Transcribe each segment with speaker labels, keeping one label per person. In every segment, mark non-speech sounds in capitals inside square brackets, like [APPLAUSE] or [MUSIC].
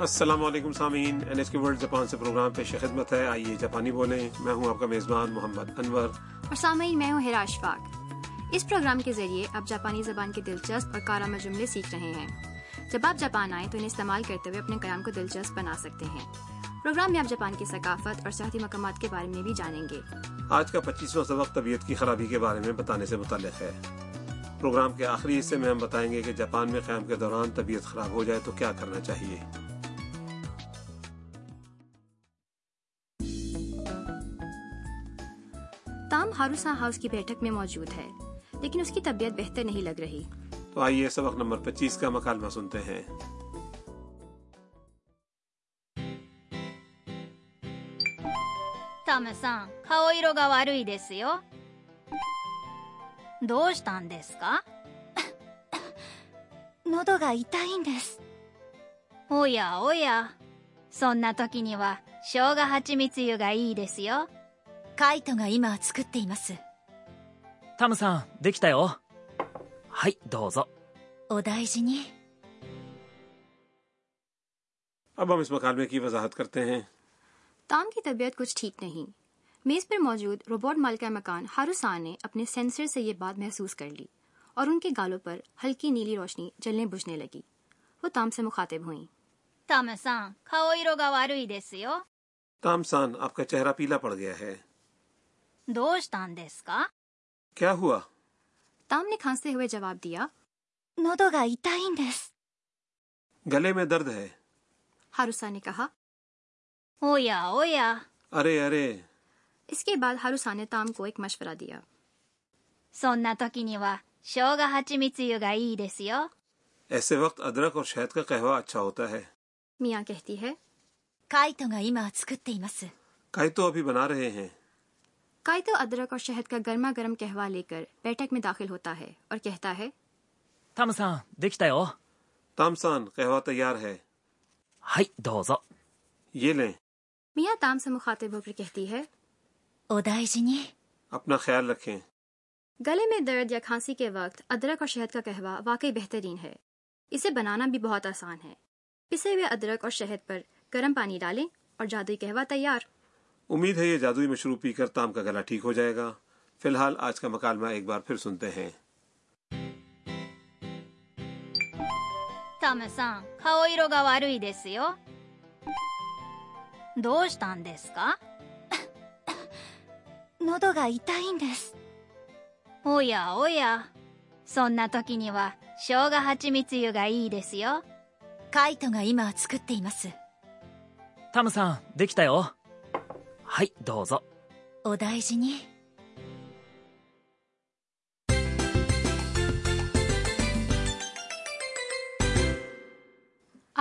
Speaker 1: السلام علیکم سامعین N H K world Japan سے پروگرام پیش خدمت ہے آئیے جاپانی بولیں میں ہوں آپ کا میزبان محمد انور
Speaker 2: اور سامعین میں ہوں ہراش فاق اس پروگرام کے ذریعے آپ جاپانی زبان کے دلچسپ اور کارآمد جملے سیکھ رہے ہیں جب آپ جاپان آئیں تو انہیں استعمال کرتے ہوئے اپنے قیام کو دلچسپ بنا سکتے ہیں پروگرام میں آپ جاپان کی ثقافت اور سیاحتی مقامات کے بارے میں بھی جانیں گے
Speaker 1: آج کا پچیسواں سبق طبیعت کی خرابی کے بارے میں بتانے سے متعلق ہے پروگرام کے آخری حصے میں ہم بتائیں گے کہ جاپان میں قیام کے دوران طبیعت خراب ہو جائے تو کیا کرنا چاہیے
Speaker 2: تام ہاروسا ہاؤس کی بیٹھک میں موجود ہے لیکن اس کی طبیعت بہتر نہیں لگ رہی
Speaker 1: تو آئیے سبق نمبر پچیس کا مکالمہ سنتے ہیں
Speaker 3: タムさん顔色が悪いですよどうしたんですか
Speaker 4: [COUGHS] 喉が痛いんです
Speaker 3: おやおやそんな時には生姜蜂蜜湯がいいですよ
Speaker 4: カイトが今作っています
Speaker 5: タムさんできたよはいどうぞ
Speaker 4: お大事に
Speaker 1: اب ہم اس مکالمے کی وضاحت کرتے ہیں
Speaker 2: تام کی طبیعت کچھ ٹھیک نہیں میز پر موجود روبوٹ مالکہ مکان ہاروسا نے اپنے سینسر سے یہ بات محسوس کر لی اور ان کے گالوں پر ہلکی نیلی روشنی جلنے بجھنے لگی وہ تام سے مخاطب ہوئیں
Speaker 3: タムさん顔色が悪いですよ
Speaker 1: تام سان آپ کا چہرہ پیلا پڑ گیا ہے
Speaker 3: どうしたんですか
Speaker 1: کیا ہوا
Speaker 2: تام نے کھانستے ہوئے جواب دیا
Speaker 4: 喉が痛いんです
Speaker 1: گلے میں درد ہے
Speaker 2: ہاروسا نے کہا
Speaker 3: おやおや
Speaker 1: ارے ارے
Speaker 2: اس کے بعد ہاروسا نے تام کو ایک مشورہ دیا
Speaker 3: そんな時には生姜蜂蜜湯がいいですよ
Speaker 1: ایسے وقت ادرک اور شہد کا قہوہ اچھا ہوتا ہے
Speaker 2: میاں کہتی ہے
Speaker 4: カイトが今作っています
Speaker 1: کائی تو ابھی بنا رہے ہیں
Speaker 2: قائد ادرک اور شہد کا گرما گرم کہوا لے کر بیٹھک میں داخل ہوتا ہے اور کہتا ہے
Speaker 5: タムさんできたよ
Speaker 1: تام سان قہوہ تیار ہے
Speaker 5: はいどうぞ
Speaker 1: یہ لیں
Speaker 2: میاں تام سے مخاطب ہو کر کہتی ہے
Speaker 4: お大事に
Speaker 1: اپنا خیال رکھیں
Speaker 2: گلے میں درد یا کھانسی کے وقت ادرک اور شہد کا قہوہ واقعی بہترین ہے اسے بنانا بھی بہت آسان ہے پسے ہوئے ادرک اور شہد پر گرم پانی ڈالیں اور جادوئی قہوہ تیار
Speaker 1: امید ہے یہ جادوئی مشروب پی کر تام کا گلا ٹھیک ہو جائے گا فی الحال آج کا مکالمہ ایک بار پھر سنتے ہیں
Speaker 3: タムさん顔色が悪いですよどうしたんですか
Speaker 4: [COUGHS] 喉が痛いんです
Speaker 3: おやおやそんな時には生姜蜂蜜湯がいいですよ
Speaker 4: カイトが今作っています
Speaker 5: タムさんできたよはいどうぞ
Speaker 4: お大事に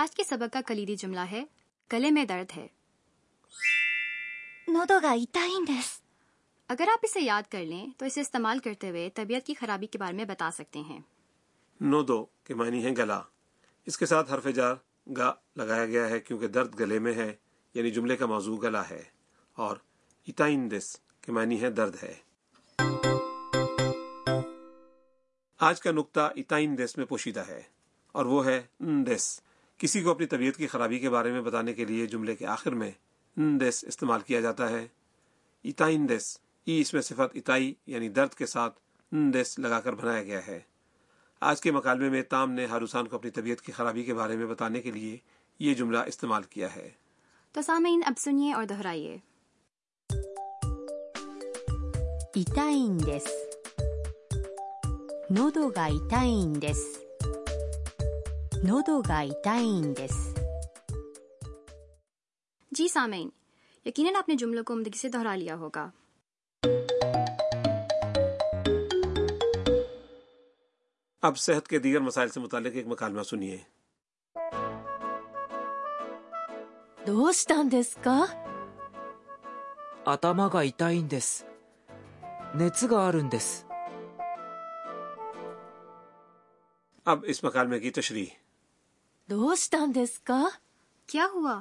Speaker 2: آج کے سبق کا کلیدی جملہ ہے گلے میں درد ہے
Speaker 4: 喉が痛いんです
Speaker 2: اگر آپ اسے یاد کر لیں تو اسے استعمال کرتے ہوئے طبیعت کی خرابی کے بارے میں بتا سکتے ہیں
Speaker 1: نو دو کے معنی ہے گلا اس کے ساتھ حرف جار گا لگایا گیا ہے کیونکہ درد گلے میں ہے یعنی جملے کا موضوع گلا ہے اور اتائن دس کے معنی ہے درد ہے آج کا نقطہ اتائن دس میں پوشیدہ ہے اور وہ ہے دس کسی کو اپنی طبیعت کی خرابی کے بارے میں بتانے کے لیے جملے کے آخر میں دس استعمال کیا جاتا ہے اتائن دس ای اس میں صفت اتائی یعنی درد کے ساتھ دس لگا کر بنایا گیا ہے آج کے مکالمے میں تام نے ہاروسان کو اپنی طبیعت کی خرابی کے بارے میں بتانے کے لیے یہ جملہ استعمال کیا ہے
Speaker 2: تو سامعین اب سنیے اور دہرائیے
Speaker 6: 痛いんです喉が痛いんです喉が痛いんです
Speaker 2: جی سامعین یقیناً آپ نے جملوں کو عمدگی سے دہرا لیا ہوگا
Speaker 1: اب صحت کے دیگر مسائل سے متعلق ایک مکالمہ سنیے
Speaker 6: どうしたんですか
Speaker 7: 頭が痛いんです熱があるんです
Speaker 1: اب اس مکالمے کی تشریح
Speaker 6: どうしたんですか
Speaker 2: کیا ہوا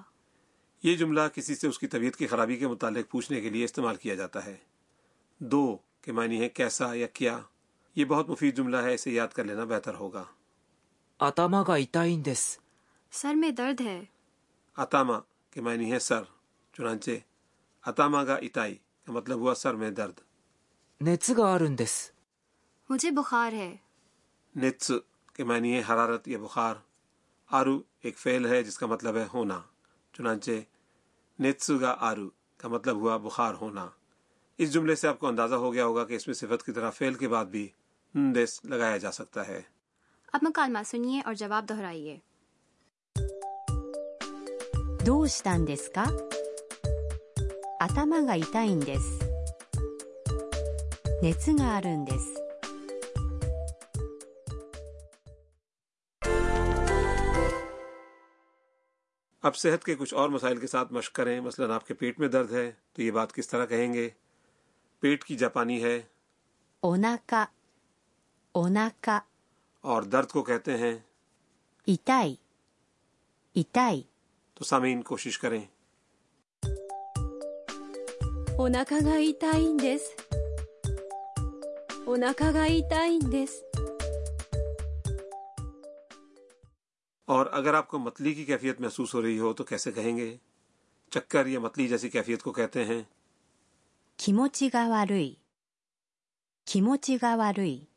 Speaker 1: یہ جملہ کسی سے اس کی طبیعت کی خرابی کے متعلق پوچھنے کے لیے استعمال کیا جاتا ہے دو کے معنی ہے کیسا یا کیا یہ بہت مفید جملہ ہے اسے یاد کر لینا بہتر ہوگا
Speaker 7: 頭が痛いんです
Speaker 2: سر میں درد ہے
Speaker 1: اتاما کے معنی ہے سر چنانچہ اتاما گا اتائی کا مطلب ہوا سر میں درد
Speaker 7: 熱があるんです
Speaker 2: مجھے بخار ہے
Speaker 1: نتس کے معنی ہے حرارت یا بخار آرو ایک فعل ہے جس کا مطلب ہے ہونا چنانچہ نتس گا آرو کا مطلب ہوا بخار ہونا اس جملے سے آپ کو اندازہ ہو گیا ہوگا کہ اس میں صفت کی طرح فعل کے بعد بھی ندیس لگایا جا سکتا ہے
Speaker 2: اب مکالمہ سنیے اور جواب دہرائیے
Speaker 6: どうしたんですか頭が痛いんです熱があるんです
Speaker 1: اب صحت کے کچھ اور مسائل کے ساتھ مشق کریں مثلا آپ کے پیٹ میں درد ہے تو یہ بات کس طرح کہیں گے پیٹ کی جاپانی ہے
Speaker 6: お腹お腹
Speaker 1: اور درد کو کہتے ہیں
Speaker 6: 痛い痛い
Speaker 1: تو سامعین کوشش کریں
Speaker 6: お腹が痛いんですお腹が痛いんです
Speaker 1: اور اگر آپ کو متلی کی کیفیت محسوس ہو رہی ہو تو کیسے کہیں گے چکر یا متلی جیسی کیفیت کو کہتے ہیں
Speaker 6: 気持ちが悪い気持ちが悪い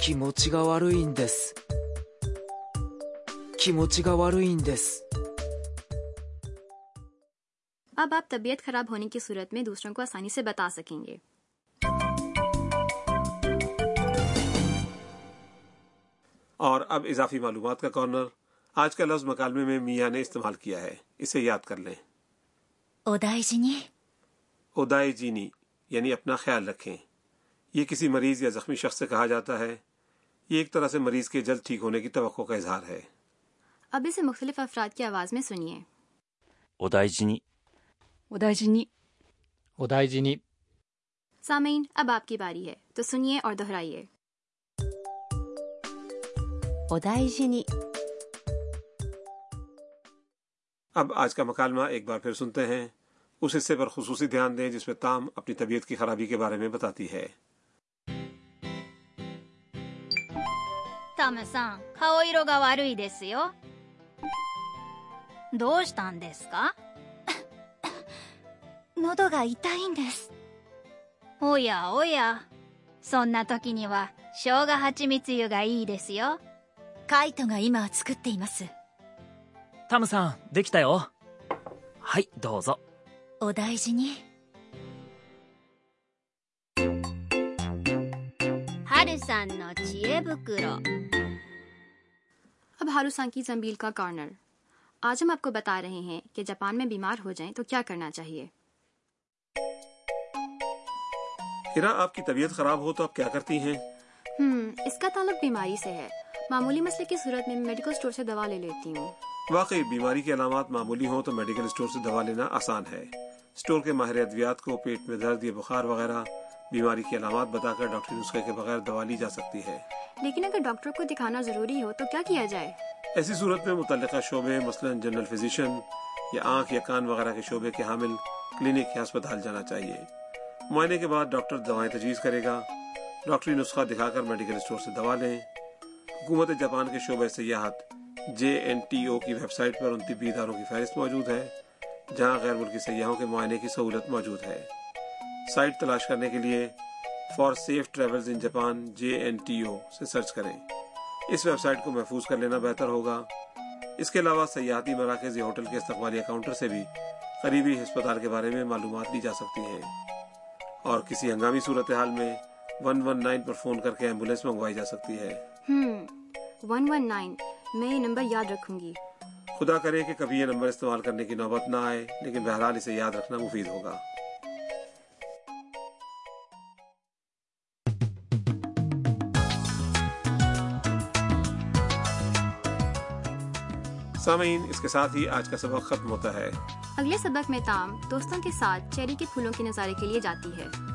Speaker 7: 気持ちが悪いんです気持ちが悪いんです
Speaker 2: اب آپ طبیعت خراب ہونے کی صورت میں دوسروں کو آسانی سے بتا سکیں گے
Speaker 1: اور اب اضافی معلومات کا کارنر آج کا لفظ مکالمے میں میاں نے استعمال کیا ہے اسے یاد کر لیں
Speaker 4: お大事に
Speaker 1: ادائے جینی یعنی اپنا خیال رکھیں یہ کسی مریض یا زخمی شخص سے کہا جاتا ہے یہ ایک طرح سے مریض کے جلد ٹھیک ہونے کی توقع کا اظہار ہے
Speaker 2: اب اسے مختلف افراد کی آواز میں سنیے
Speaker 8: お大事に
Speaker 9: お大事に
Speaker 10: お大事に
Speaker 2: سامعین اب آپ کی باری ہے تو سنیے اور دہرائیے
Speaker 6: お大事に
Speaker 1: اب آج کا مکالمہ ایک بار پھر سنتے ہیں اس حصے پر خصوصی دھیان دیں جس میں تام اپنی طبیعت کی خرابی کے بارے میں بتاتی ہے
Speaker 3: タムさん顔色が悪いですよどうしたんですか
Speaker 4: [COUGHS] 喉が痛いんです
Speaker 3: おやおやそんな時には生姜蜂蜜湯がいいですよ
Speaker 4: カイトが今作っています
Speaker 5: タムさん、できたよ。はい、どうぞ。
Speaker 4: お大事に
Speaker 3: 春さんの知恵袋
Speaker 2: اب ہاروسان کی زمبیل کا کارنر آج ہم آپ کو بتا رہے ہیں کہ جاپان میں بیمار ہو جائیں تو کیا کرنا چاہیے
Speaker 1: ہرا آپ کی طبیعت خراب ہو تو آپ کیا کرتی ہیں
Speaker 2: ہم اس کا تعلق بیماری سے ہے معمولی مسئلے کی صورت میں میڈیکل اسٹور سے دوا لے لیتی ہوں
Speaker 1: واقعی بیماری کی علامات معمولی ہوں تو میڈیکل اسٹور سے دوا لینا آسان ہے اسٹور کے ماہر ادویات کو پیٹ میں درد یا بخار وغیرہ بیماری کی علامات بتا کر ڈاکٹری نسخے کے بغیر دوا لی جا سکتی ہے
Speaker 2: لیکن اگر ڈاکٹر کو دکھانا ضروری ہو تو کیا کیا جائے
Speaker 1: ایسی صورت میں متعلقہ شعبے مثلا جنرل فزیشن یا آنکھ یا کان وغیرہ کے شعبے کے حامل کلینک یا ہسپتال جانا چاہیے معائنے کے بعد ڈاکٹر دوائیں تجویز کرے گا ڈاکٹری نسخہ دکھا کر میڈیکل اسٹور سے دوا لیں حکومت جاپان کے شعبہ سیاحت جے این ٹی او کی ویب سائٹ پر ان طبی اداروں کی فہرست موجود ہے جہاں غیر ملکی سیاحوں کے معائنے کی سہولت موجود ہے سائٹ تلاش کرنے کے لیے for safe travels in Japan J N T O سے سرچ کریں اس ویب سائٹ کو محفوظ کر لینا بہتر ہوگا اس کے علاوہ سیاحتی مراکز یا ہوٹل کے استقبالیہ کاؤنٹر سے بھی قریبی ہسپتال کے بارے میں معلومات لی جا سکتی ہیں اور کسی ہنگامی صورتحال میں ون ون نائن پر فون کر کے ایمبولینس منگوائی جا سکتی ہے
Speaker 2: ہم ون ون نائن میں یہ نمبر یاد رکھوں گی
Speaker 1: خدا کرے کہ کبھی یہ نمبر استعمال کرنے کی نوبت نہ آئے لیکن بہرحال اسے یاد رکھنا مفید ہوگا سامعین اس کے ساتھ ہی آج کا سبق ختم ہوتا ہے
Speaker 2: اگلے سبق میں تام دوستوں کے ساتھ چیری کے پھولوں کے نظارے کے لیے جاتی ہے